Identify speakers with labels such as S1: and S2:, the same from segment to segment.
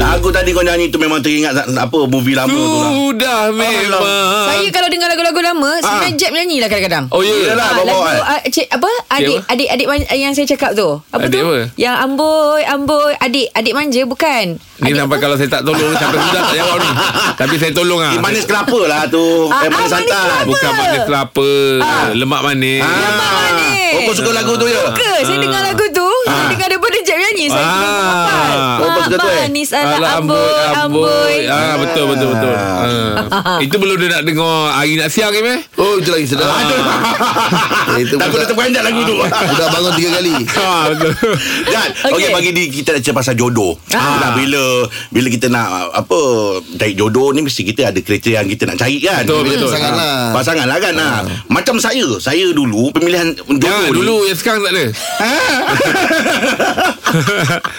S1: Lagu tadi kau nyanyi tu memang teringat apa movie lama tu lah.
S2: Sudah memang
S3: Saya kalau dengar lagu-lagu lama Sebenarnya Jeb nyanyi lah kadang-kadang
S2: Ha. Oh ya yeah.
S1: Yelah.
S3: Ah,
S1: bawa
S3: lagu
S1: kan?
S3: ah, cik, apa adik
S2: apa?
S3: adik adik man, yang saya cakap tu apa
S2: Adik
S3: tu
S2: apa?
S3: yang amboi amboi adik adik manja bukan
S2: Ni nampak kalau saya tak tolong Sampai sudah tak jawab ni Tapi saya tolong lah
S1: Eh, manis kelapa lah tu. eh,
S3: Ah, ah,
S1: manis
S3: manis
S1: santan.
S3: kelapa.
S2: Bukan manis kelapa Lemak manis
S1: Ah.
S3: manis.
S1: Oh, kau suka lagu tu ya?
S3: ke saya dengar lagu tu saya dengar daripada Jeb nyanyi saya
S2: Ah.
S1: Oh, kau suka tu, eh?
S3: manis ala amboi amboi
S2: amboi. Ah, betul, betul, betul. Ah. Itu belum dia nak dengar hari nak siang ke, meh?
S4: Oh itu lagi sedap
S1: Ah.
S4: Itu
S1: Takut dia
S4: budak,
S1: terpanjat lagu tu.
S4: budak bangun tiga kali
S2: Ah, betul.
S1: Kan?
S3: Okey.
S1: Okey, pagi ni kita nak cerita pasal jodoh.
S3: Ah.
S1: Nah, bila bila kita nak apa cari jodoh ni mesti kita ada kriteria yang kita nak cari kan.
S2: Betul,
S1: Bila-
S2: betul.
S4: Pasangan
S1: Ah,
S4: lah.
S1: Pasangan lah kan. Ah. Macam saya, saya dulu pemilihan jodoh
S2: Jangan
S1: ni, Ah.
S2: dulu yang sekarang tak ada.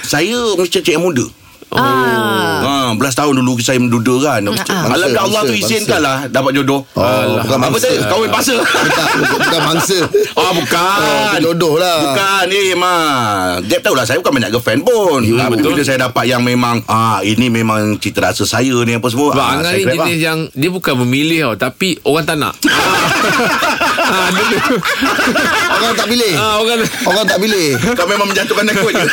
S1: saya mesti cik yang muda.
S3: ah.
S1: Ha, belas tahun dulu saya menduda kan. Alhamdulillah Allah tu
S4: bangsa.
S1: izinkan lah dapat jodoh.
S4: Alah, bukan
S1: apa
S4: bangsa.
S1: tadi? Kahwin paksa.
S4: Bukan, bukan, bukan mangsa
S1: Ah bukan.
S4: Oh, jodoh lah.
S1: Bukan eh ma. Dep tahulah saya bukan banyak girlfriend pun.
S2: Ya,
S1: Tapi
S2: betul.
S1: bila saya dapat yang memang ah ini memang cita rasa saya ni apa semua.
S2: Sebab
S1: ah,
S2: Angan
S1: saya
S2: ni
S1: grab lah.
S2: jenis yang dia bukan memilih tau tapi orang tak nak. ah, dulu.
S4: Orang tak pilih
S2: Ah, orang
S4: Orang tak pilih
S1: Kau memang menjatuhkan aku je.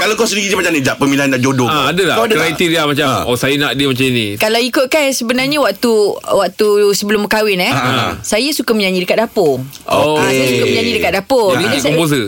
S1: Kalau kau sendiri je macam ni Jap pemilihan nak jodoh
S2: Ah, ada tak
S1: Oh. Kau
S2: kriteria macam oh saya nak dia macam ni.
S3: Kalau ikutkan sebenarnya waktu waktu sebelum kahwin eh,
S1: Ha.
S3: saya suka menyanyi dekat dapur.
S2: Oh. Ya,
S3: Ah, saya suka menyanyi dekat dapur.
S2: Yang anak
S3: saya,
S2: komposer.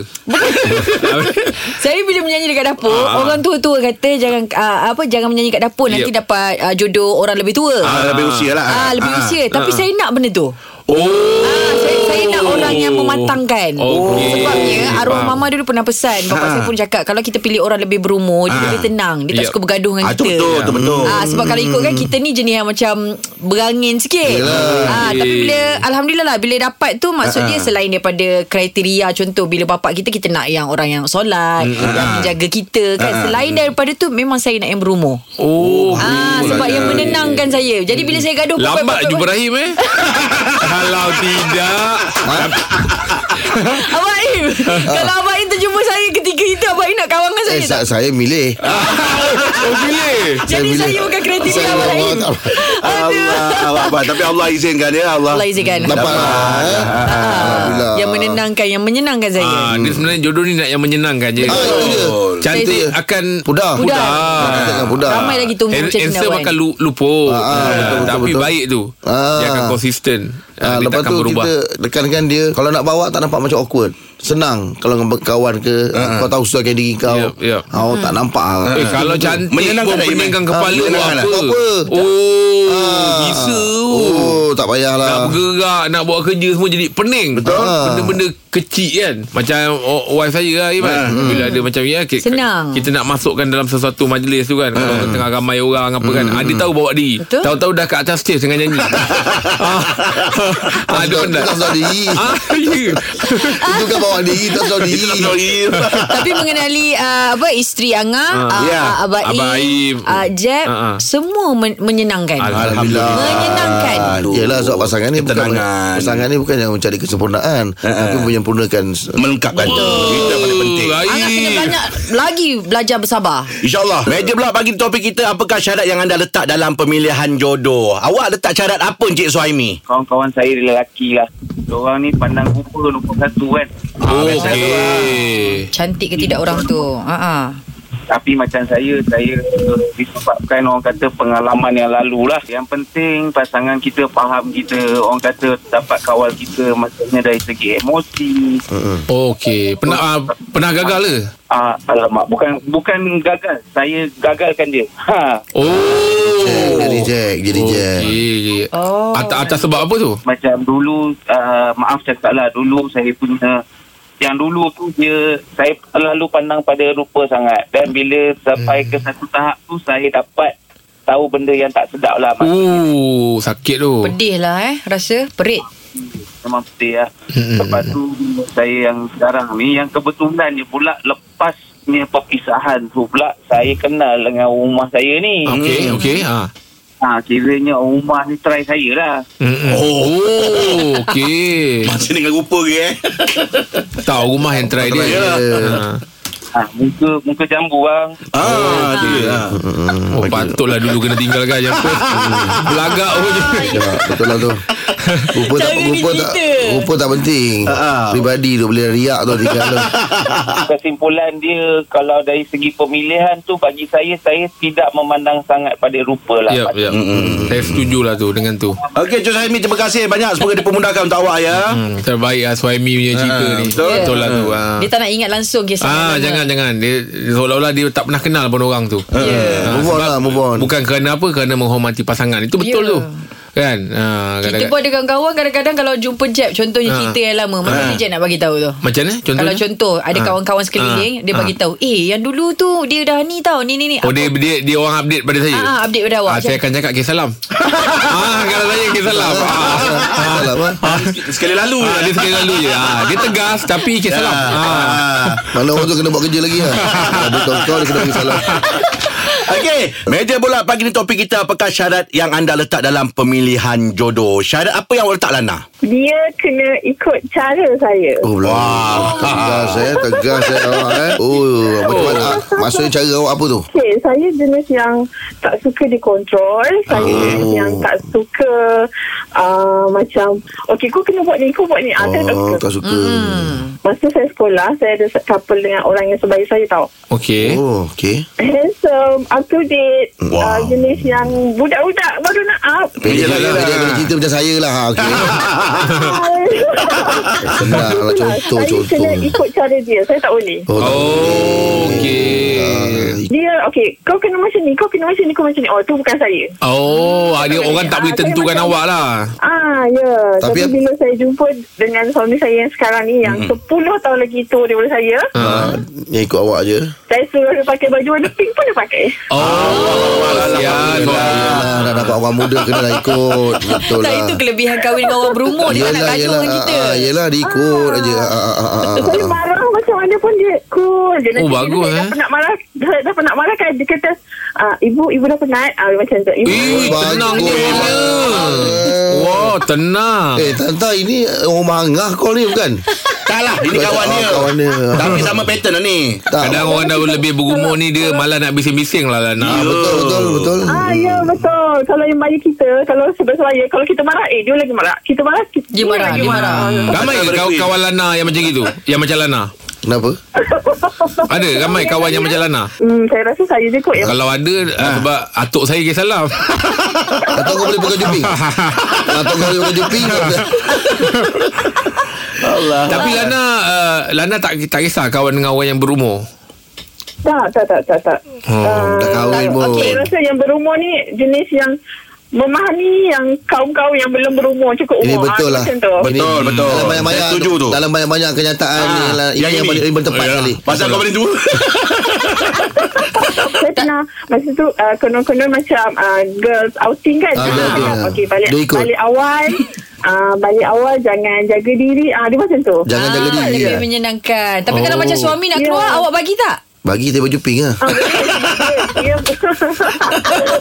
S3: saya bila menyanyi dekat dapur,
S2: Ah.
S3: orang tua-tua kata jangan ah, apa jangan menyanyi kat dapur nanti
S2: Yep.
S3: dapat ah, jodoh orang lebih tua.
S1: ah, Lebih usia lah
S3: Ah, lebih usia tapi saya nak benda tu.
S2: Oh.
S3: Ah, saya, saya nak orang yang mematangkan.
S2: Okey.
S3: Sebabnya
S2: Oh.
S3: arwah
S2: Faham.
S3: mama dulu pernah pesan, bapa
S1: Ha.
S3: saya pun cakap kalau kita pilih orang lebih berumur, dia
S1: Ah.
S3: lebih tenang, dia tak
S2: Yep.
S3: suka bergaduh dengan
S1: Ah, tu
S3: kita.
S1: betul, tu
S4: Oh.
S1: betul.
S3: Ah sebab kalau ikut kan kita ni jenis yang macam berangin sikit. Ah tapi bila alhamdulillah lah bila dapat tu maksud dia selain daripada kriteria contoh bila bapak kita kita nak yang orang yang solat,
S4: Hmm,
S3: yang menjaga kita kan. Selain daripada tu memang saya nak yang berumur.
S2: Oh.
S3: Ah
S4: lah
S3: sebab
S4: ya.
S3: yang menenangkan
S4: Hmm.
S3: saya. Jadi bila saya gaduh
S2: Lambat jumpa
S3: Abang
S2: Rahim eh. Kalau tidak.
S3: Im Kalau Abang Im terjumpa saya ketika itu Abang Im nak kawan dengan saya
S4: Eh
S3: tak?
S4: sa- saya milih
S2: Oh, pilih.
S3: Jadi
S4: saya
S3: saya
S4: bila-
S3: bukan kriteria
S4: Saya
S3: Abang Im
S4: orang tak
S1: Allah, Allah, Allah. Tapi Allah izinkan ya Allah.
S3: Allah izinkan
S4: Dapat eh?
S3: ah.
S4: Alhamdulillah
S3: kan? Yang menenangkan Yang menyenangkan saya
S2: Ah, dia sebenarnya jodoh ni nak yang menyenangkan je.
S4: Hmm. Ah, itu dia.
S2: Cantik
S4: Saya-
S2: akan
S4: Pudar
S3: Pudar.
S4: Kita dengan pudar
S3: Ramai lagi tumbuh
S2: Hand-
S3: macam
S2: Handsome
S3: cendawan.
S2: akan lu, luput
S4: Ah, ah,
S2: Ah,
S4: betul, betul,
S2: Tapi
S4: betul.
S2: baik tu Dia
S4: Ah.
S2: akan konsisten
S4: Ah,
S2: Ah, Dia
S4: lepas
S2: takkan
S4: tu
S2: berubah
S4: kita dekankan dia Kalau nak bawa tak nampak macam awkward Senang Kalau dengan kawan ke Kau tahu sesuaikan diri kau
S2: Yep, yep.
S4: Oh tak nampak
S2: Eh kalau cantik
S1: Menyenangkan
S2: pun
S1: tak, Iman?
S2: peningkan
S4: Ah,
S2: kepala buat
S4: menyenangkan
S2: apa?
S4: tak? Buat apa?
S2: Oh,
S4: Ah.
S2: bisa.
S4: Oh tak payahlah
S2: Nak bergerak, nak buat kerja semua jadi pening. Betul.
S4: Ah.
S2: Benda-benda kecil kan. Macam o- wife saya lah Iman. Bila ada macam ya, kita,
S3: Senang.
S2: kita nak masukkan dalam sesuatu majlis tu kan. Kalau tengah ramai orang apa kan. Ada tahu bawa diri.
S3: Betul.
S2: Tahu-tahu dah kat atas stage tengah nyanyi. ah, ah, dia
S4: Bukan-
S2: penat.
S4: Bukan sedar diri
S2: Ah, ya.
S4: Itu kan bawa diri Tak sedar diri
S3: Tapi mengenali uh, apa isteri Anga, uh,
S1: ya.
S3: uh, Abah Im,
S2: Ah, Abah Im.
S3: uh, Jeb,
S2: Ah, ah.
S3: semua men- menyenangkan.
S4: Alhamdulillah.
S3: Menyenangkan.
S1: Aduh.
S4: Ah, Yelah sebab pasangan ni bukan
S1: Ketenangan.
S4: pasangan ni bukan yang mencari kesempurnaan tapi menyempurnakan
S1: Melengkapkan Itu yang paling penting
S2: Baik.
S3: Anga kena banyak lagi belajar bersabar.
S1: InsyaAllah Meja pula bagi topik kita Apakah syarat yang anda letak Dalam pemilihan jodoh Awak letak syarat apa Encik Suhaimi?
S5: kawan-kawan saya lelaki lah. Orang ni pandang rupa nombor satu kan.
S2: Okey.
S3: Cantik ke tidak orang tu. Ha ah.
S5: Tapi macam saya, saya disebabkan orang kata pengalaman yang lalu lah. Yang penting pasangan kita faham kita. Orang kata dapat kawal kita maksudnya dari segi emosi.
S2: Okey, pernah ah, pernah gagal ke?
S5: Ah, alamak, bukan bukan gagal. Saya gagalkan dia. Ha.
S2: Oh.
S4: Jack, jadi Jack jadi Jack
S2: Okey.
S3: Oh.
S2: Atas atas sebab apa tu?
S5: Macam dulu, uh, maaf cakap lah. Dulu saya punya yang dulu tu dia saya lalu pandang pada rupa sangat dan bila sampai ke satu tahap tu saya dapat tahu benda yang tak sedap lah Mak.
S2: Oh, sakit tu.
S3: Pedih lah eh rasa perit.
S5: memang betul lah lepas tu saya yang sekarang ni yang kebetulan ni pula lepasnya perpisahan tu pula saya kenal dengan rumah saya ni
S2: Okey, okey. Ha.
S5: ha, kiranya rumah ni try saya lah.
S2: Oh, okey.
S1: Masa dengan rupa ke eh
S2: Tahu rumah yang try dia.
S1: Yelah.
S2: Ha.
S5: Ha, muka, muka jambu bang.
S1: Ah, dia lah
S2: Oh, patutlah dulu kena tinggalkan je. Belagak pun je.
S4: Ya, betul lah tu. Rupa tak
S3: Cara dia
S4: rupa tak
S3: cerita.
S4: rupa tak penting. Pribadi tu boleh riak tu tinggal tu.
S5: Kesimpulan dia kalau dari segi pemilihan tu bagi saya saya tidak memandang sangat pada rupa lah.
S2: Yap, yap. Saya setuju lah tu dengan tu.
S1: Okey Cik Suhaimi terima kasih banyak Semoga dipermudahkan untuk awak ya
S2: Hmm, terbaik lah Suhaimi punya cerita
S1: Ah,
S2: ni.
S1: betul.
S2: Betul lah tu. Ha.
S3: Dia tak nak ingat langsung kisah
S2: Ah,
S3: lama.
S2: jangan jangan dia seolah-olah dia tak pernah kenal pun orang tu.
S3: Ya.
S2: Ah,
S4: Move on
S2: sebab
S4: lah, move on.
S2: Bukan kerana apa, kerana menghormati pasangan. Itu betul
S3: Ya.
S2: tu. Kan? Ah,
S3: Kita
S2: kadang-kadang-
S3: pun ada kawan-kawan kadang-kadang kalau jumpa Jeb contohnya
S2: Ha.
S3: cerita yang lama mana ha. Jeb nak bagi tahu tu.
S2: Macam mana? Contohnya?
S3: Kalau contoh ada
S2: Ah.
S3: kawan-kawan sekeliling
S2: Ah.
S3: dia
S2: Ah.
S3: bagi tahu, "Eh, yang dulu tu dia dah ni tau, ni ni ni."
S2: Oh dia, dia, dia orang update pada saya
S3: Ah, ah, update pada awak.
S2: ah, Saya akan cakap kisah salam ah, Kalau saya kisah salam ah.
S4: Salah apa?
S1: Sekali lalu Ya.
S2: Ah, dia sekali lalu je ah, Dia tegas Tapi kisah salam ah.
S4: Mana orang tu kena buat kerja lagi lah. Kalau Dia tahu kau dia kena bagi salah.
S1: Okey, meja bola pagi ni topik kita apakah syarat yang anda letak dalam pemilihan jodoh? Syarat apa yang awak letak Lana?
S6: Dia kena ikut cara saya.
S4: Oh, belah. Tegas eh, tegas eh awak eh. Oh, macam mana? ah, Maksudnya cara awak apa tu?
S6: Okay, saya jenis yang tak suka dikontrol.
S4: Oh.
S6: Saya jenis yang tak suka uh, macam, okay, kau kena buat ni, kau buat ni. Ah, saya tak
S4: Oh,
S6: suka.
S4: tak suka.
S3: Mm-hmm.
S6: Masa saya sekolah, saya ada couple dengan orang yang sebaya saya tau.
S2: Okay
S4: Oh, okey.
S6: Handsome, up to date.
S1: Wow.
S6: Uh, jenis yang budak-budak baru nak up.
S4: Pendek
S1: Yelah,
S4: lah.
S1: yelah.
S4: Pendek kalau cerita macam saya lah. Ha, okey. Senang lah. Contoh,
S6: saya
S4: contoh.
S6: kena ikut cara dia. Saya tak boleh.
S4: Oh, tak
S2: Oh Okay
S4: boleh.
S6: Dia, okay, kau kena macam ni, kau kena macam ni, kau macam ni. Oh, tu bukan saya.
S2: Oh ah, Dia orang tak boleh
S6: Ah, saya
S2: tentukan
S6: macam-
S2: awak lah
S6: Ah, ya.
S4: Tapi
S6: Tapi,
S4: ap-
S6: Tapi bila saya jumpa dengan suami saya yang sekarang ni yang
S2: Hmm.
S6: 10 tahun lagi tua daripada saya,
S2: Ha.
S4: Ah, Yang ikut awak je.
S6: saya suruh dia pakai baju warna pink pun dia pakai.
S2: Oh Kasihan
S4: Yelah, dah dapat orang muda kena lah ikut. Betul
S3: tak
S4: lah.
S3: itu kelebihan kahwin dengan orang berumur dia tak nak gaduh dengan kita.
S4: ah, ah, yelah diikut aja. Ah, ah, ah, ah, ah.
S6: Saya marah macam mana pun dia cool. Dia
S2: Oh,
S6: nanti bila
S2: bagus,
S6: saya
S2: eh.
S6: Dah penat marah, dah, dah penat marah kan. Dia kata, ah, ibu, ibu dah penat. Ah, macam tu. Ibu,
S2: Eh tenang
S4: Bagus.
S2: dia Wah tenang
S4: Eh, Tanta ini rumah angah kau ni bukan?
S1: Taklah, Lah, ini
S4: Kau-
S1: kawan
S4: ah,
S1: dia.
S4: kawan dia.
S1: Tapi sama pattern lah ni.
S4: Tak.
S2: Kadang orang dah lebih berumur ni Dia malah nak bising-bising lah lah
S4: Ah, betul betul betul.
S6: Ah, ya betul. Kalau yang bayi kita, kalau sebab saya, kalau kita marah, eh dia lagi marah. Kita marah, kita,
S3: Dia marah,
S6: lagi
S3: dia marah.
S2: Ramai ke kaw-
S1: Berkuih.
S2: kawan Lana yang macam gitu? Yang macam Lana?
S4: Kenapa?
S2: Ada ramai kawan yang macam Lana?
S6: Hmm, saya rasa saya je kot yang
S2: Kalau ada ah, Sebab atuk saya ke salam
S4: Atau kau boleh pakai juping? Atau kau boleh pakai juping?
S2: Tapi Lana uh, Lana tak tak kisah kawan dengan orang yang berumur
S6: Tak, tak, tak, tak, tak.
S2: Oh,
S6: Ah,
S4: Ha, dah kahwin
S6: tak.
S4: pun.
S6: Okey, saya rasa yang berumur ni jenis yang memahami yang kaum-kaum yang belum berumur cukup
S4: Ini
S6: umur.
S4: betul
S6: Ah,
S4: lah.
S6: Macam tu.
S4: Ini-
S1: Betul, betul.
S4: Dalam banyak-banyak
S1: Saya setuju tu.
S4: Dalam banyak-banyak kenyataan
S1: Ah,
S4: ni lah,
S1: yang
S4: ini yang,
S1: ini.
S4: paling, paling tepat
S1: Oh, yalah.
S4: kali.
S1: Pasal kau paling tua.
S6: Saya pernah masa tu uh, konon-konon macam uh, girls outing kan.
S4: Ah,
S6: Ah,
S4: betul, betul.
S6: cakap, Okey, balik
S4: Dia ikut.
S6: balik awal. Uh, balik awal jangan jaga diri. Ah, dia macam tu.
S4: Jangan jaga
S3: Lebih
S4: diri. kan?
S3: menyenangkan. Tapi kalau
S4: Oh.
S3: macam suami nak
S6: Ya.
S3: keluar, awak bagi tak?
S4: Bagi dia baju pink lah.
S6: Ah, dia- dia-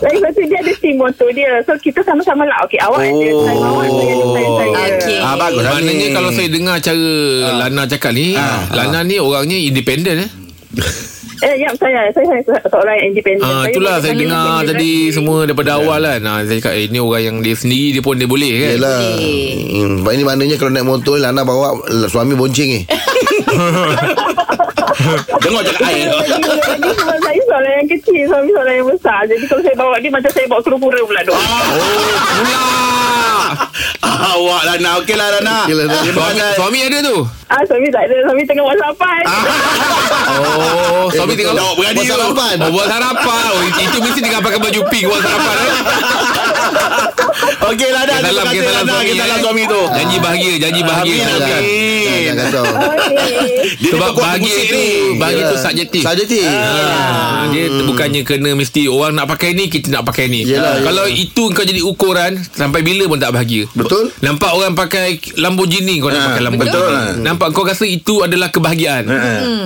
S6: Lagi satu dia ada team motor dia So kita sama-sama lah Okay awak ada Time awak saya ada time saya
S3: Okey.
S1: Ah, bagus lah ni.
S2: Maknanya kalau saya dengar cara
S1: Ah.
S2: Lana cakap ni Lana ni orangnya independen eh
S6: Eh, ya, saya, saya, saya seorang yang independen.
S2: Ah itulah saya dengar tadi semua daripada awal kan. Ah saya cakap eh, ni orang yang dia sendiri dia pun dia boleh kan.
S4: Yelah
S3: Boleh.
S4: hmm, Sebab ini maknanya Kalau naik motor ni Lana bawa l- Suami bonceng ni
S1: Oh, Dengar cakap air.
S6: Saya seorang yang kecil, suami seorang yang besar. Jadi kalau saya bawa dia, macam saya bawa lah, kura-kura pula tu.
S2: Ah. Mula.
S1: Ah, Awak Lana. Okey lah Lana.
S4: Okey, Lana.
S1: Terima
S2: Suami,
S1: kasih.
S2: suami ada tu.
S6: Ah, suami tak ada, suami tengah whatsappan.
S2: Ah. Oh, suami tengah
S1: Jawab berani
S4: Buat
S1: tu.
S4: sarapan
S2: Oh, buat sarapan. Oh, itu, itu mesti tengah pakai baju pink buat sarapan. Eh?
S1: Okey Lana. Terima
S2: Salam,
S1: kasih
S2: kita salam
S1: Lana.
S2: suami.
S1: Kita salam
S2: eh.
S1: suami tu.
S2: Janji bahagia, janji bahagia.
S1: Ah, Amin,
S4: Jangan-
S1: amin.
S4: Jangan kacau
S6: Okey.
S1: Dia
S2: Sebab
S1: ni kuat
S2: bahagia
S1: pusing
S2: tu,
S1: ni.
S2: bahagia tu
S4: Yelah.
S2: subjektif.
S4: Subjektif
S2: Ah, dia tu bukannya kena mesti orang nak pakai ni kita nak pakai ni.
S4: Yelah,
S2: Kalau itu kau jadi ukuran sampai bila pun tak bahagia.
S4: Betul.
S2: Nampak orang pakai Lamborghini kau nak pakai Lamborghini.
S1: betul.
S2: Nampak kau rasa itu adalah kebahagiaan.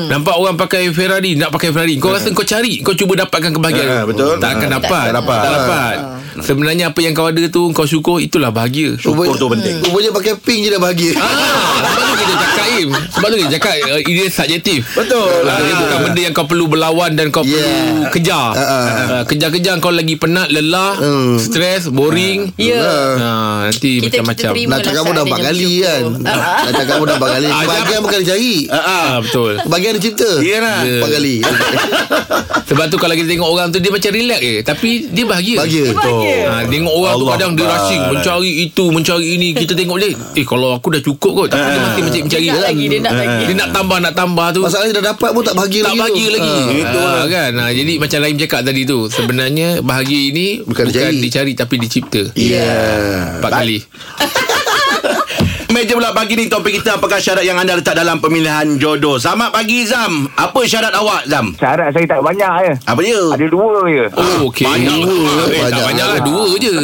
S2: Nampak orang pakai Ferrari nak pakai Ferrari. Kau rasa kau cari, kau cuba dapatkan kebahagiaan.
S1: Ha, betul.
S2: Tak akan
S1: Ha,
S2: dapat.
S1: tak dapat.
S2: Tak dapat. Sebenarnya apa yang kau ada tu Kau syukur Itulah bahagia
S1: Syukur tu penting.
S4: Rupanya pakai pink je dah bahagia
S2: Ah, sebab tu kita cakap Im Sebab tu kita cakap uh, Dia subjektif
S1: Betul.
S2: Ah, Dia bukan benda yang kau perlu berlawan Dan kau yeah. perlu kejar
S4: Ah, ah,
S2: uh, Kejar-kejar kau lagi penat Lelah
S4: Hmm.
S2: Stres Boring
S3: Ya.
S2: Ah, Nanti
S3: Kita-
S2: macam-macam
S3: kita terima.
S4: Nak cakap pun dah empat
S3: Malah
S4: kali
S3: seadanya
S4: kan
S3: bersyukur.
S4: Nak cakap pun dah empat kali
S2: Ah,
S4: Kebahagiaan bukan dicari
S2: ah, Betul
S4: Kebahagiaan dicipta
S1: Yelah.
S4: Empat kali
S2: Sebab tu kalau kita tengok orang tu Dia macam relax je Tapi dia bahagia
S4: Bahagia
S2: Ha, tengok orang Allah tu
S1: Allah
S2: kadang dia
S1: Akbar.
S2: rushing Mencari itu Mencari ini Kita tengok dia Eh kalau aku dah cukup kot Tapi dia masih macam mencari Ah,
S3: Dia nak lagi, dia nak lagi.
S2: Dia nak tambah Nak tambah tu
S4: Masalahnya dah dapat pun tak bahagia
S2: tak
S4: lagi
S2: bahagia
S4: tu.
S2: lagi
S4: Ah.
S2: ha, kan ha, jadi macam Rahim cakap tadi tu sebenarnya bahagia ini
S4: Bukan
S2: bukan
S4: dicari. Ya,
S2: dicari tapi dicipta
S1: Yeah.
S2: empat kali
S1: Meja pula pagi ni topik kita apakah syarat yang anda letak dalam pemilihan jodoh. Selamat pagi Zam. Apa syarat awak Zam?
S5: Syarat saya tak banyak ya.
S1: Apa dia?
S5: Ada dua je.
S2: oh okey
S1: banyak lah.
S2: eh, tak
S4: Banyak.
S2: banyak lah dua je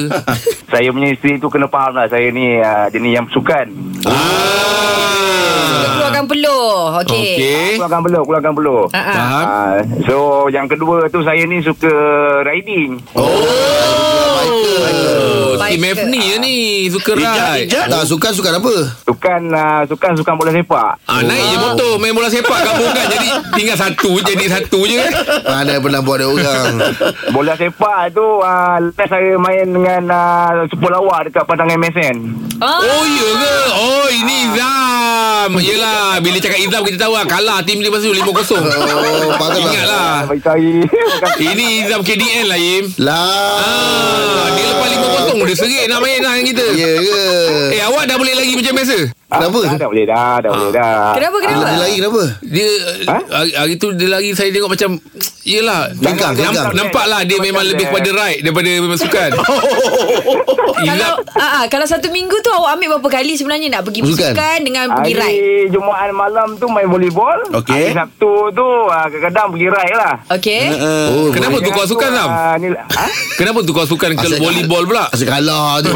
S5: Saya punya isteri tu kena faham lah saya ni uh, jenis yang sukan.
S3: Ya, Keluarkan peluh Okey
S2: okey
S5: Keluarkan belur, keluarkan belur.
S3: Ah, ah.
S2: faham
S5: Uh, so yang kedua tu saya ni suka riding.
S2: oh, si
S3: Baik ke?
S2: Mefni je ni suka ride
S1: Ijat-ijat.
S4: Tak sukan sukan apa
S5: Sukan uh, sukan sukan bola sepak.
S2: Ah, naik je motor Main bola sepak Gabungkan jadi Tinggal satu Jadi satu je
S4: Mana yang pernah buat dia orang
S5: Bola sepak tu uh, last saya main dengan uh, sepul lawa dekat padang MSN.
S3: Ah.
S2: Oh iya ke Oh ini Izam Yelah Bila cakap Izam Kita tahu lah Kalah tim dia pasal 5-0
S4: Oh patut lah
S2: Ingatlah
S5: Bagi saya
S2: Ini Izam KDL lah Im
S4: Lah
S2: Ah, dia lepas 5-0 Dia serik nak main lah dengan kita
S4: Ya ke
S2: Eh awak dah boleh lagi macam biasa
S4: Kenapa
S5: dah, dah boleh dah, dah boleh dah.
S3: Kenapa kenapa?
S4: Dia lari kenapa
S2: Dia ha? hari, hari tu dia lari Saya tengok macam Yelah
S4: Genggang,
S2: namp-
S4: genggang.
S2: Nampak lah Dia memang lebih kepada right Daripada memang sukan
S3: Kalau
S4: Oh.
S2: Izam
S3: ah, ah, kalau satu minggu tu awak ambil berapa kali sebenarnya nak pergi
S4: Sukan.
S3: bersukan dengan pergi
S5: Hari
S3: ride?
S5: Jumaat malam tu main volleyball.
S1: Okey.
S5: Hari Sabtu tu ah, kadang-kadang pergi ride lah.
S3: Okey.
S4: Oh
S2: Kenapa tukar
S5: Kadang-kadang
S2: sukan
S5: tu,
S2: Sam?
S5: ah, ni, ha?
S2: Kenapa tukar sukan ke
S4: Asyik-
S2: volleyball pula?
S4: Asyik kalah tu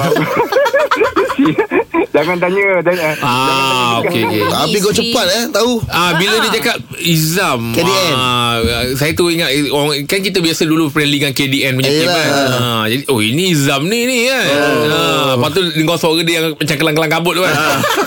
S5: Jangan tanya, tanya.
S2: Ah, okey okey.
S4: Tapi kau cepat eh Tahu
S2: Ah bila dia cakap Izam
S4: KDN.
S2: ah, Saya tu ingat eh, orang, Kan kita biasa dulu Friendly dengan KDN punya team
S4: Yelah.
S2: kan ah, jadi, Oh ini Izam ni ni kan ah, Lepas tu dengar suara dia Yang macam kelang-kelang kabut tu kan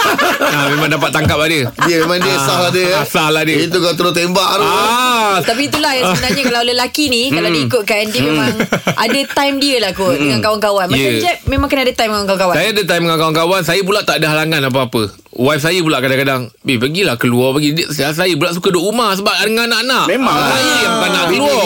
S2: ah, Memang dapat tangkap lah dia
S4: Dia memang dia sah lah dia
S2: Ah, sah lah dia.
S4: Itu kau terus tembak tu
S2: Ah,
S3: Tapi itulah yang sebenarnya kalau lelaki ni kalau diikutkan dia memang ada time dia lah kot dengan kawan-kawan. Macam
S2: Yeah.
S3: Jeb memang kena ada time dengan kawan-kawan.
S2: Saya ada time dengan kawan-kawan Saya pula tak ada halangan apa-apa Wife saya pula kadang-kadang Eh pergilah keluar pergi Dia- Saya saya pula suka duduk rumah Sebab dengan anak-anak Ah,
S1: Memang lah.
S2: Saya yang tak nak keluar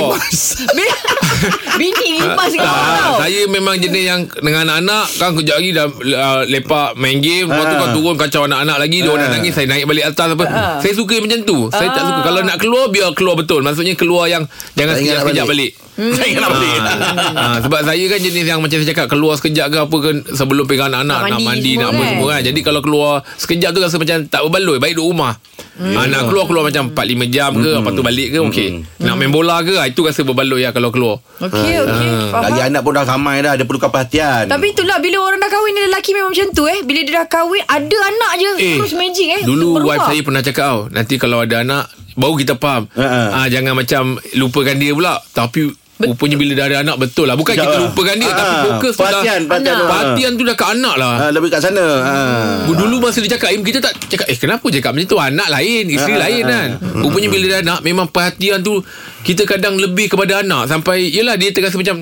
S3: Bini- Bini lipas dengan orang
S2: Ah,
S3: tau.
S2: saya memang jenis yang dengan anak-anak kan kejap lagi dah uh, lepak main game lepas tu kau turun kacau anak-anak lagi dia orang nak nangis saya naik balik atas apa saya suka yang macam tu saya tak suka kalau nak keluar biar keluar betul maksudnya keluar yang jangan
S4: Tak ingat nak
S2: sekejap-sekejap balik,
S1: Saya ingat nak balik.
S2: Ah, ah, sebab saya kan jenis yang macam saya cakap keluar sekejap ke apa ke sebelum pegang anak-anak
S3: Nak
S2: nak mandi
S3: mandi
S2: nak apa
S3: semua
S2: semua kan jadi kalau keluar sekejap tu rasa macam tak berbaloi baik duduk rumah Ah, nak keluar keluar macam 4-5 jam ke lepas tu balik ke okey nak main bola ke ah, itu rasa berbaloi lah kalau keluar
S3: Okey okey. Faham.
S1: Lagi anak pun dah ramai dah. Dia perlukan perhatian.
S3: Tapi itulah bila orang dah kahwin ni lelaki memang macam tu eh. Bila dia dah kahwin ada anak je
S2: Eh,
S3: terus magic eh.
S2: Dulu wife
S3: Berubah.
S2: saya pernah cakap tau Nanti kalau ada anak Baru kita faham
S1: Ha-ha.
S2: uh-huh. Jangan macam Lupakan dia pula Tapi Bet- Rupanya bila dah ada anak Betul lah Bukan kita
S1: Sekejap lah.
S2: lupakan dia Tapi
S1: Ah,
S2: fokus tu dah
S1: perhatian, perhatian tu.
S2: Perhatian tu dah ke anak lah
S1: Ah, lebih kat sana. Ah.
S2: Bu- Dulu masa dia cakap Im kita tak cakap Eh kenapa cakap macam tu Anak lain Isteri lain kan Rupanya bila dah nak Memang perhatian tu Kita kadang lebih kepada anak Sampai Yelah dia terasa macam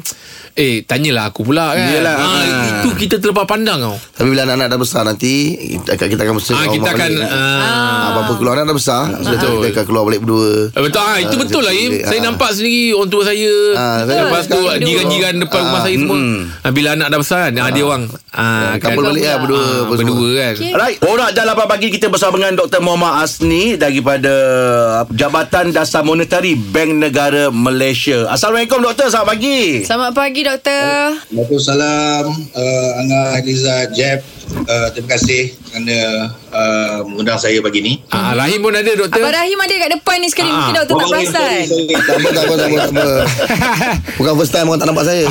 S2: Eh tanyalah aku pula kan
S1: Yelah,
S2: Ah,
S1: ah.
S2: Itu kita terlepas pandang tau
S4: Tapi bila anak-anak dah besar nanti Kita, kita akan mesti
S2: ah, Kita akan ah.
S4: Apa-apa keluar anak dah besar Sudah tu kita akan keluar balik berdua
S2: Eh, Betul ah, itu
S4: Ah,
S2: betul lah
S4: macam
S2: Im.
S4: tu.
S2: Saya
S4: Ah.
S2: nampak sendiri orang tua saya.
S4: Ah, hmm.
S2: lepas tu
S4: saya nampak sekali dulu.
S2: jiran-jiran depan rumah saya semua. Ah, bila anak dah besar kan, ah, dia orang ah kan.
S4: Couple balik lah berdua
S2: Ah,
S4: apa semua.
S2: berdua kan.
S3: Okey.
S1: Alright, Borak dan 8 pagi kita bersama dengan Dr. Muhammad Asni daripada Jabatan Dasar Monetari Bank Negara Malaysia. Assalamualaikum doktor, selamat pagi.
S3: Selamat pagi doktor.
S2: Oh,
S7: Waalaikumsalam uh, Angah Eliza Jeb uh, Terima kasih kerana uh, mengundang saya pagi ni.
S2: Ah, Rahim pun ada doktor.
S3: Abang Rahim ada kat depan ni sekali.
S2: Ah.
S3: Mungkin doktor tak
S7: Oh, sorry,
S3: perasan.
S7: sorry, sorry.
S4: Tak apa, tak apa, tak apa, tak apa. Bukan first time orang tak nampak saya.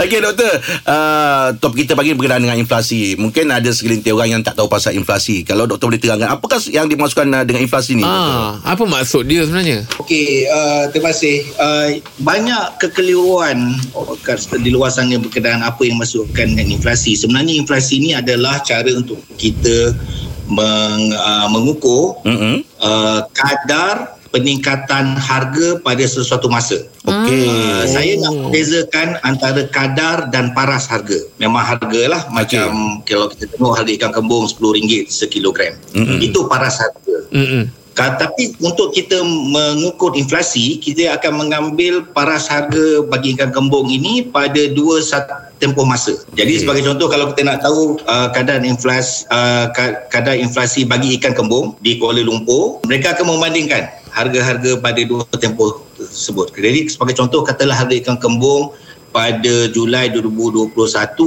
S1: Okey doktor, uh, topik kita pagi berkenaan dengan inflasi. Mungkin ada segelintir orang yang tak tahu pasal inflasi. Kalau doktor boleh terangkan, apakah yang dimasukkan uh, dengan inflasi ni?
S2: Ah, apa maksud dia sebenarnya?
S7: Okey, uh, terima kasih. Uh, banyak kekeliruan oh, kat- di luar sana berkenaan apa yang masukkan dengan inflasi. Sebenarnya inflasi ini adalah cara untuk kita meng, uh, mengukur
S1: Mm-mm.
S7: uh, kadar peningkatan harga pada sesuatu masa.
S1: Okey.
S7: Uh, saya nak bezakan antara kadar dan paras harga. Memang harga lah macam kalau kita tengok harga ikan kembung RM10 sekilogram. Mm-hmm. Itu paras harga.
S2: Mm-mm.
S7: Ka- Tapi untuk kita mengukur inflasi, kita akan mengambil paras harga bagi ikan kembung ini pada dua sat- tempoh masa. Jadi okay. sebagai contoh kalau kita nak tahu uh, kadar inflasi uh, ka- kadar inflasi bagi ikan kembung di Kuala Lumpur, mereka akan membandingkan harga-harga pada dua tempoh tersebut. Jadi sebagai contoh katalah harga ikan kembung pada Julai 2021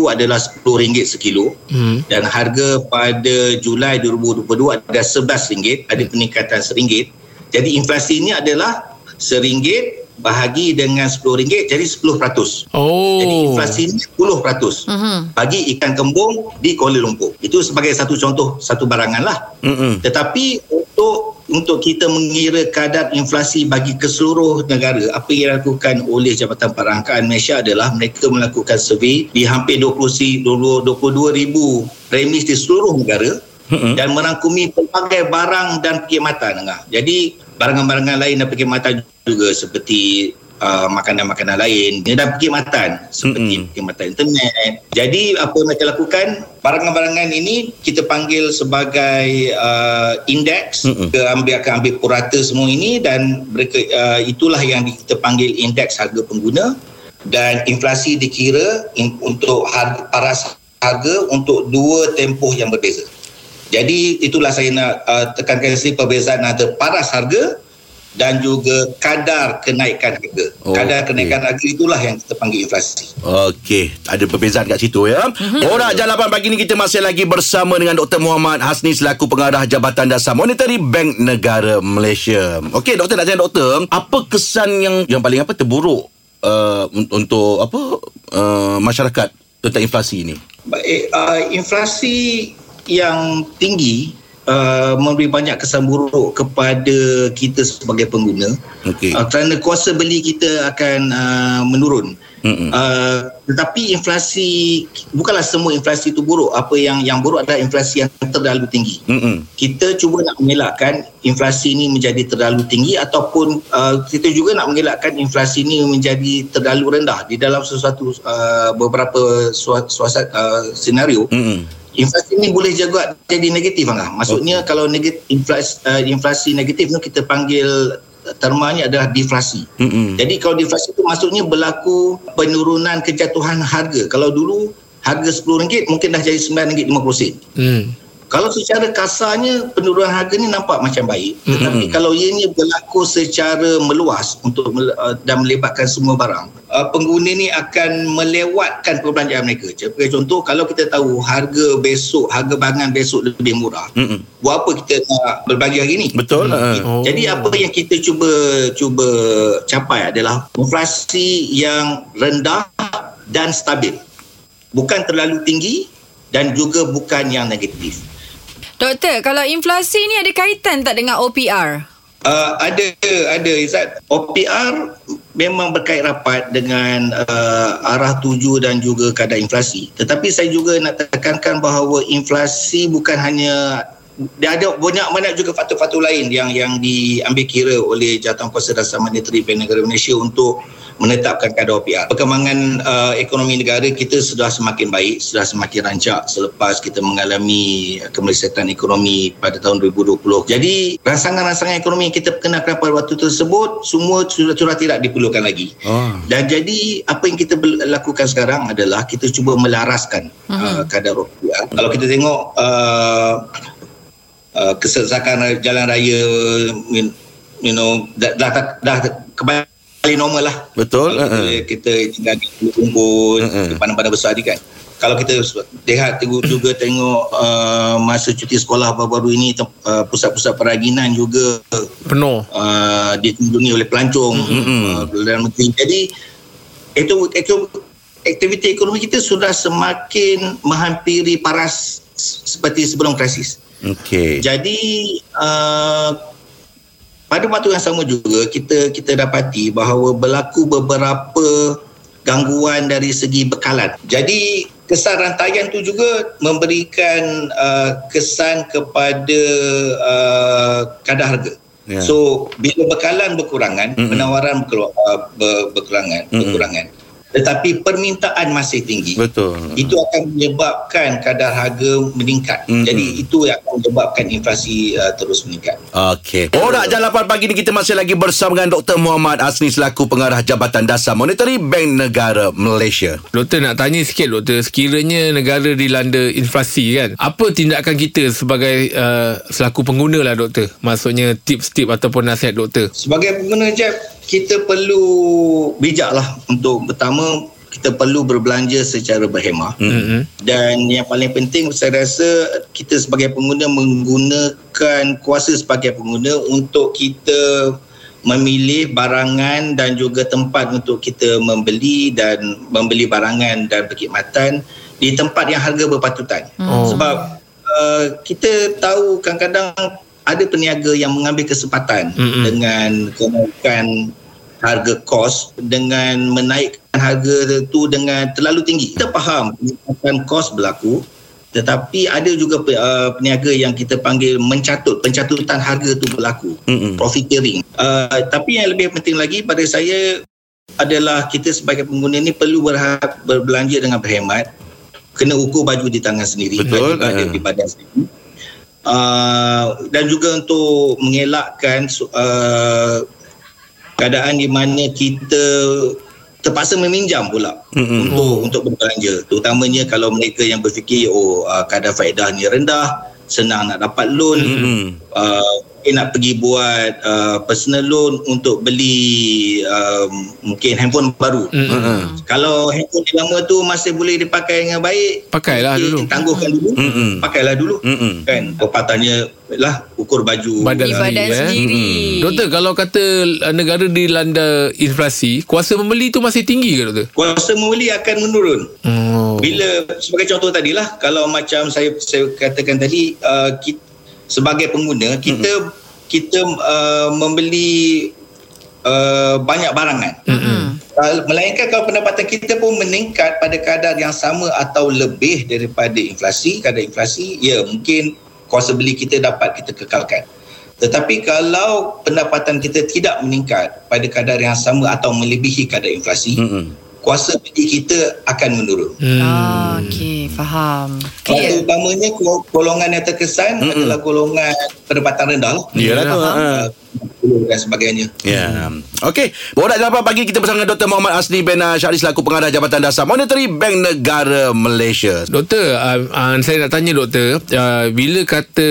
S7: adalah RM10 sekilo
S2: Hmm.
S7: dan harga pada Julai 2022 ada RM11
S2: Hmm.
S7: ada peningkatan RM1 jadi inflasi ini adalah RM1 bahagi dengan RM10 jadi 10%
S2: Oh.
S7: jadi inflasi ini 10% bagi ikan kembung di Kuala Lumpur itu sebagai satu contoh satu barangan lah
S1: Mm-mm.
S7: tetapi untuk untuk kita mengira kadar inflasi bagi keseluruh negara, apa yang dilakukan oleh Jabatan Perangkaan Malaysia adalah mereka melakukan survei di hampir 20 22 ribu premis di seluruh negara mm-hmm. dan merangkumi pelbagai barang dan perkhidmatan. Angah. Jadi barangan-barangan lain dan perkhidmatan juga seperti uh, makanan-makanan lain dan perkhidmatan seperti
S1: Mm-mm.
S7: mm-hmm. perkhidmatan internet. Jadi apa yang mereka lakukan barangan-barangan ini kita panggil sebagai uh, indeks
S1: Mm-mm.
S7: ke ambil akan ambil purata semua ini dan mereka uh, itulah yang kita panggil indeks harga pengguna dan inflasi dikira in, untuk harga paras harga untuk dua tempoh yang berbeza. Jadi itulah saya nak uh, tekankan sekali perbezaan antara paras harga dan juga kadar kenaikan harga.
S1: Oh,
S7: Oh, kadar
S1: okey.
S7: kenaikan harga itulah yang kita panggil inflasi.
S1: Okey, ada perbezaan kat situ ya. Orang Jalapan pagi ni kita masih lagi bersama dengan Dr. Muhammad Hasni selaku pengarah Jabatan Dasar Monetary Bank Negara Malaysia. Okey, doktor nak tanya doktor, apa kesan yang yang paling apa terburuk uh, un- untuk apa uh, masyarakat tentang inflasi ini?
S7: Baik, uh, inflasi yang tinggi uh, memberi banyak kesan buruk kepada kita sebagai pengguna
S1: Okey.
S7: uh, kerana kuasa beli kita akan uh, menurun.
S1: Mm-mm.
S7: Uh, tetapi inflasi bukanlah semua inflasi itu buruk. Apa yang yang buruk adalah inflasi yang terlalu tinggi.
S1: Mm-mm.
S7: Kita cuba nak mengelakkan inflasi ini menjadi terlalu tinggi ataupun uh, kita juga nak mengelakkan inflasi ini menjadi terlalu rendah di dalam sesuatu uh, beberapa suas, suasat uh, senario.
S1: Mm-mm.
S7: Inflasi ini boleh juga jadi negatif Angah. Maksudnya okay. kalau negatif, inflasi, uh, inflasi negatif tu kita panggil termanya adalah deflasi.
S1: Mm-mm.
S7: Jadi kalau deflasi itu maksudnya berlaku penurunan kejatuhan harga. Kalau dulu harga RM10 mungkin dah jadi RM9.50.
S2: Hmm.
S7: Kalau secara kasarnya penurunan harga ni nampak macam baik tetapi kalau ianya berlaku secara meluas untuk mel- uh, dan melibatkan semua barang uh, pengguna ni akan melewatkan perbelanjaan mereka. Sebagai contoh kalau kita tahu harga besok harga barangan besok lebih murah
S1: Mm-mm.
S7: buat apa kita nak berbagi hari ni?
S1: Betul. Uh-uh. Mm-mm.
S2: Oh.
S7: Jadi apa yang kita cuba cuba capai adalah inflasi yang rendah dan stabil. Bukan terlalu tinggi dan juga bukan yang negatif.
S3: Doktor, kalau inflasi ni ada kaitan tak dengan OPR?
S7: Uh, ada ada Izzat OPR memang berkait rapat dengan uh, arah tuju dan juga kadar inflasi. Tetapi saya juga nak tekankan bahawa inflasi bukan hanya dia ada banyak banyak juga faktor-faktor lain yang yang diambil kira oleh Jabatan Kuasa Dasar Monetary Bank Negara Malaysia untuk menetapkan kadar OPR. Perkembangan uh, ekonomi negara kita sudah semakin baik, sudah semakin rancak selepas kita mengalami kemelesetan ekonomi pada tahun 2020. Jadi rangsangan-rangsangan ekonomi yang kita perkenalkan pada waktu tersebut semua sudah-sudah tidak diperlukan lagi.
S1: Ah.
S7: Dan jadi apa yang kita bel- lakukan sekarang adalah kita cuba melaraskan uh, kadar rupiah. Kalau kita tengok uh, uh, kesesakan jalan raya you know dah dah, dah, dah kebanyakan paling normal lah.
S1: Betul,
S7: Kalau
S1: uh-uh.
S7: kita, kita jaga kumpul,
S1: Uh-uh.
S7: uh-uh. pandang-pandang besar ni kan. Kalau kita lihat tegu- juga tengok uh, masa cuti sekolah baru-baru ini tem- uh, pusat-pusat peraginan juga
S2: Penuh.
S7: uh, dikunjungi oleh pelancong uh, Perdana Menteri. Jadi itu itu aktiviti ekonomi kita sudah semakin menghampiri paras s- seperti sebelum krisis.
S1: Okey.
S7: Jadi uh, pada waktu yang sama juga kita kita dapati bahawa berlaku beberapa gangguan dari segi bekalan. Jadi kesan rantaian tu juga memberikan uh, kesan kepada uh, kadar harga.
S1: Ya.
S7: So bila bekalan berkurangan, mm penawaran berkelu- uh, ber- berkurangan,
S1: Mm-mm.
S7: berkurangan. Tetapi permintaan masih tinggi
S1: Betul.
S7: itu akan menyebabkan kadar harga meningkat.
S1: Mm-mm.
S7: Mm-hmm. Jadi itu yang akan menyebabkan inflasi uh, terus meningkat.
S1: Okey. Borak Jam 8 pagi ni kita masih lagi bersama dengan Dr. Muhammad Asni selaku pengarah Jabatan Dasar Monetary Bank Negara Malaysia.
S2: Doktor nak tanya sikit doktor sekiranya negara dilanda inflasi kan apa tindakan kita sebagai uh, selaku pengguna lah doktor maksudnya tips-tips ataupun nasihat doktor
S7: Sebagai pengguna jeb, kita perlu bijaklah untuk pertama kita perlu berbelanja secara berhemah.
S2: Mm-mm.
S7: Dan yang paling penting saya rasa kita sebagai pengguna menggunakan kuasa sebagai pengguna untuk kita memilih barangan dan juga tempat untuk kita membeli dan membeli barangan dan perkhidmatan di tempat yang harga berpatutan.
S2: Oh.
S7: Sebab uh, kita tahu kadang-kadang ada peniaga yang mengambil kesempatan
S2: Mm-mm.
S7: dengan kenaikan harga kos dengan menaikkan harga itu dengan terlalu tinggi. Kita faham kenaikan kos berlaku tetapi ada juga pe- uh, peniaga yang kita panggil mencatut pencatutan harga itu berlaku
S1: Mm-mm.
S7: profiteering. Uh, tapi yang lebih penting lagi pada saya adalah kita sebagai pengguna ni perlu berha- berbelanja dengan berhemat kena ukur baju di tangan sendiri
S1: Betul.
S7: baju juga ada
S1: Ha.
S7: di badan sendiri uh, dan juga untuk mengelakkan su- uh, keadaan di mana kita terpaksa meminjam pula
S1: Mm-mm.
S7: untuk untuk berbelanja terutamanya kalau mereka yang berfikir oh uh, kadar faedah ni rendah senang nak dapat loan
S1: Mm-mm.
S7: uh, mungkin nak pergi buat uh, personal loan untuk beli um, mungkin handphone baru. Uh-huh.
S2: Mm-mm.
S7: Kalau handphone yang lama tu masih boleh dipakai dengan baik,
S2: Pakailah
S7: okey,
S2: dulu.
S7: Tangguhkan dulu.
S1: Mm-mm.
S7: Pakailah dulu.
S1: Mm-mm.
S7: Kan patahnya lah ukur baju.
S2: Badan
S7: uh,
S3: Ibadah
S2: sendiri, eh.
S3: sendiri.
S2: Doktor kalau kata uh, negara dilanda inflasi kuasa membeli tu masih tinggi ke doktor
S7: Kuasa membeli akan menurun.
S2: oh.
S7: Bila sebagai contoh tadilah kalau macam saya saya katakan tadi uh, kita, sebagai pengguna kita kita uh, membeli uh, banyak barangan. Mm-hmm. Melainkan kalau pendapatan kita pun meningkat pada kadar yang sama atau lebih daripada inflasi, kadar inflasi, ya mungkin kuasa beli kita dapat kita kekalkan. Tetapi kalau pendapatan kita tidak meningkat pada kadar yang sama atau melebihi kadar inflasi,
S1: Mm-mm.
S7: kuasa beli kita akan menurun.
S3: Ah, okey, faham.
S7: Faktor
S3: Clear.
S7: utamanya gol- golongan yang terkesan mm adalah golongan pendapatan rendah lah.
S1: Yalah tu.
S7: Ah,
S1: Ha.
S7: puluh dan sebagainya.
S1: Ya. Okey, borak jam 8 pagi kita bersama dengan Dr. Muhammad Asni bin ah, Syarif selaku pengarah Jabatan Dasar Monetary Bank Negara Malaysia.
S2: Doktor, uh, uh, saya nak tanya doktor, uh, bila kata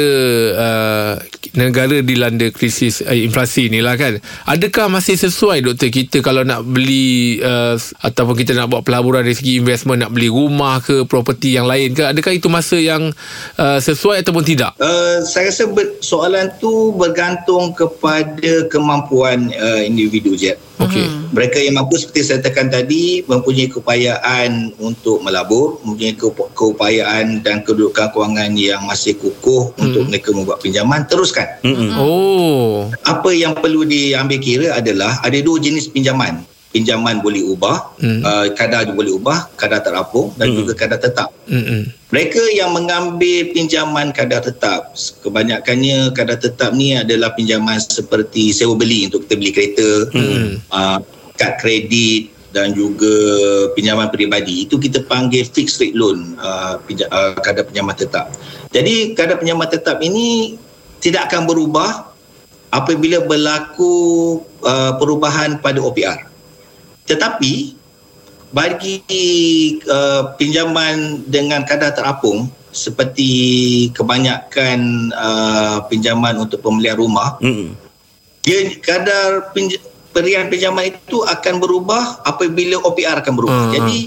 S2: uh, negara dilanda krisis uh, inflasi ni lah kan, adakah masih sesuai doktor kita kalau nak beli uh, ataupun kita nak buat pelaburan dari segi investment, nak beli rumah ke, properti yang lain ke, adakah itu masa yang uh, sesuai ataupun tidak?
S7: Uh, saya rasa ber- soalan tu bergantung kepada kemampuan uh, individu je.
S2: Okey.
S7: Mereka yang mampu seperti saya tekan tadi mempunyai keupayaan untuk melabur, mempunyai keup- keupayaan dan kedudukan kewangan yang masih kukuh untuk mereka membuat pinjaman teruskan.
S1: Mm-mm.
S2: Oh,
S7: apa yang perlu diambil kira adalah ada dua jenis pinjaman. Pinjaman boleh ubah,
S2: Hmm.
S7: hmm. uh, kadar boleh ubah, kadar terapung dan hmm. juga kadar tetap.
S2: Mm-mm.
S7: Mereka yang mengambil pinjaman kadar tetap, kebanyakannya kadar tetap ni adalah pinjaman seperti sewa beli untuk kita beli kereta, hmm. uh, kad kredit dan juga pinjaman peribadi. Itu kita panggil fixed rate loan, uh, pinja, uh, kadar pinjaman tetap. Jadi kadar pinjaman tetap ini tidak akan berubah apabila berlaku uh, perubahan pada OPR. Tetapi bagi uh, pinjaman dengan kadar terapung seperti
S2: Hmm.
S7: kebanyakan uh, pinjaman untuk pembelian rumah
S1: Mm-mm.
S7: dia kadar pinj- perian pinjaman itu akan berubah apabila OPR akan berubah.
S2: Hmm.
S7: Jadi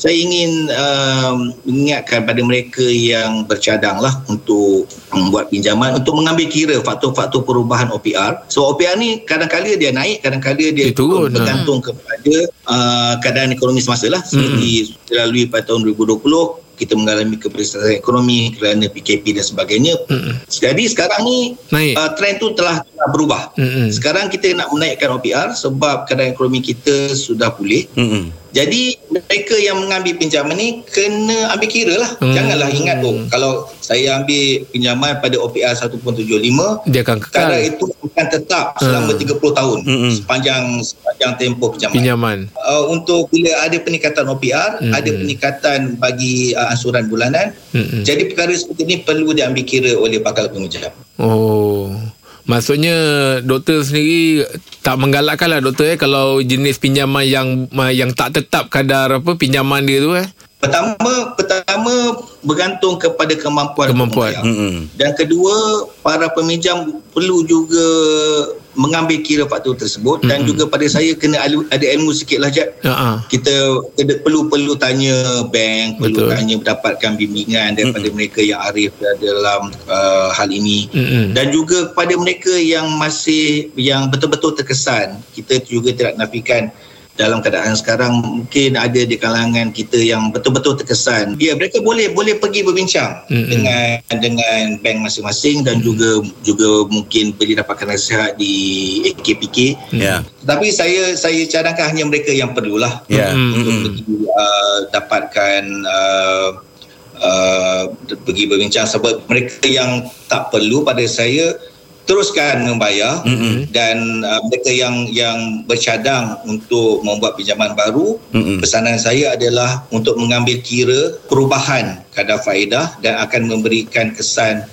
S7: saya ingin um, ingatkan pada mereka yang bercadang lah untuk membuat pinjaman untuk mengambil kira faktor-faktor perubahan OPR. So OPR ni kadang-kala dia naik, kadang-kala dia
S2: Dia turun, ah. Hmm.
S7: bergantung kepada uh, keadaan ekonomi semasa lah.
S2: Hmm.
S7: Seperti melalui pada tahun 2020 kita mengalami keprestasian ekonomi kerana PKP dan sebagainya.
S2: Mm-mm.
S7: Jadi sekarang ni
S2: Hmm. Naik. Hmm.
S7: Uh, trend tu telah, telah berubah.
S2: Mm-mm.
S7: Sekarang kita nak menaikkan OPR sebab keadaan ekonomi kita sudah pulih.
S1: Mm-mm.
S7: Jadi mereka yang mengambil pinjaman ni kena ambil kira lah.
S2: Hmm.
S7: Janganlah ingat tu kalau saya ambil pinjaman pada OPR 1.75
S2: Dia akan kekal.
S7: Kadar itu akan tetap selama 30 tahun
S1: Mm-mm.
S7: sepanjang sepanjang tempoh pinjaman.
S2: Pinjaman.
S7: Uh, untuk bila ada peningkatan OPR,
S2: Mm-mm.
S7: ada peningkatan bagi uh, ansuran bulanan.
S2: Mm-mm.
S7: Jadi perkara seperti ini perlu diambil kira oleh bakal peminjam.
S2: Oh. Maksudnya doktor sendiri tak menggalakkan lah doktor eh kalau jenis pinjaman yang yang tak tetap kadar apa pinjaman dia tu eh.
S7: Pertama, pertama bergantung kepada kemampuan
S2: Kemampuan.
S7: peminjam.
S1: Mm-mm.
S7: Dan kedua, para peminjam perlu juga mengambil kira faktor tersebut dan juga pada saya kena alu- ada ilmu sikit lah Jad.
S2: Ha ah.
S7: Kita kena- perlu perlu tanya bank, perlu
S2: Betul.
S7: tanya mendapatkan bimbingan daripada mereka yang arif dalam uh, hal ini
S2: Mm-mm.
S7: dan juga kepada mereka yang masih yang betul-betul terkesan kita juga tidak nafikan dalam keadaan sekarang mungkin ada di kalangan kita yang betul-betul terkesan ya mereka boleh boleh pergi berbincang
S2: Mm-mm.
S7: dengan dengan bank masing-masing dan juga juga mungkin pergi dapatkan nasihat di AKPK
S2: Mm.
S1: Ya.
S7: tetapi saya saya cadangkan hanya mereka yang perlulah
S1: Ya.
S7: untuk
S1: Mm-mm.
S7: pergi uh, dapatkan uh, uh, pergi berbincang sebab mereka yang tak perlu pada saya teruskan membayar
S1: Mm-mm.
S7: dan uh, mereka yang yang bercadang untuk membuat pinjaman baru
S1: Mm-mm.
S7: pesanan saya adalah untuk mengambil kira perubahan kadar faedah dan akan memberikan kesan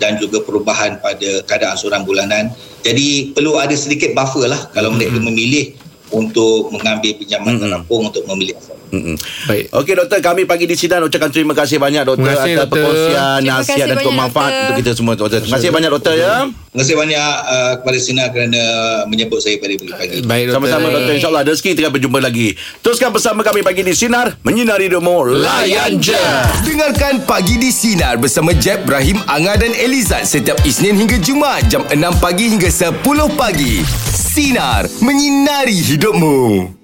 S7: dan juga perubahan pada kadar ansuran bulanan. Jadi perlu ada sedikit buffer lah kalau mereka memilih untuk mengambil pinjaman
S1: Mm-mm.
S7: mm-hmm. terapung untuk memilih asal.
S1: Mm-mm.
S2: Baik.
S1: Okey doktor kami pagi di sidang ucapkan terima kasih banyak doktor
S2: Terima kasih,
S1: atas
S2: doktor.
S1: perkongsian
S3: Terima
S1: nasihat
S3: kasih
S1: dan juga
S3: banyak,
S1: manfaat
S3: doktor.
S1: untuk kita semua doktor. Terima kasih banyak doktor ya.
S7: Terima kasih banyak uh, kepada Sina kerana menyebut saya pada pagi.
S2: Baik doktor.
S1: Sama-sama doktor insyaallah rezeki kita akan berjumpa lagi. Teruskan bersama kami pagi di sinar menyinari hidupmu layan je.
S8: Dengarkan Pagi di Sinar bersama Jeb, Ibrahim, Anga dan Elizad setiap Isnin hingga Jumaat jam 6 pagi hingga 10 pagi. Sinar, menyinari hidupmu.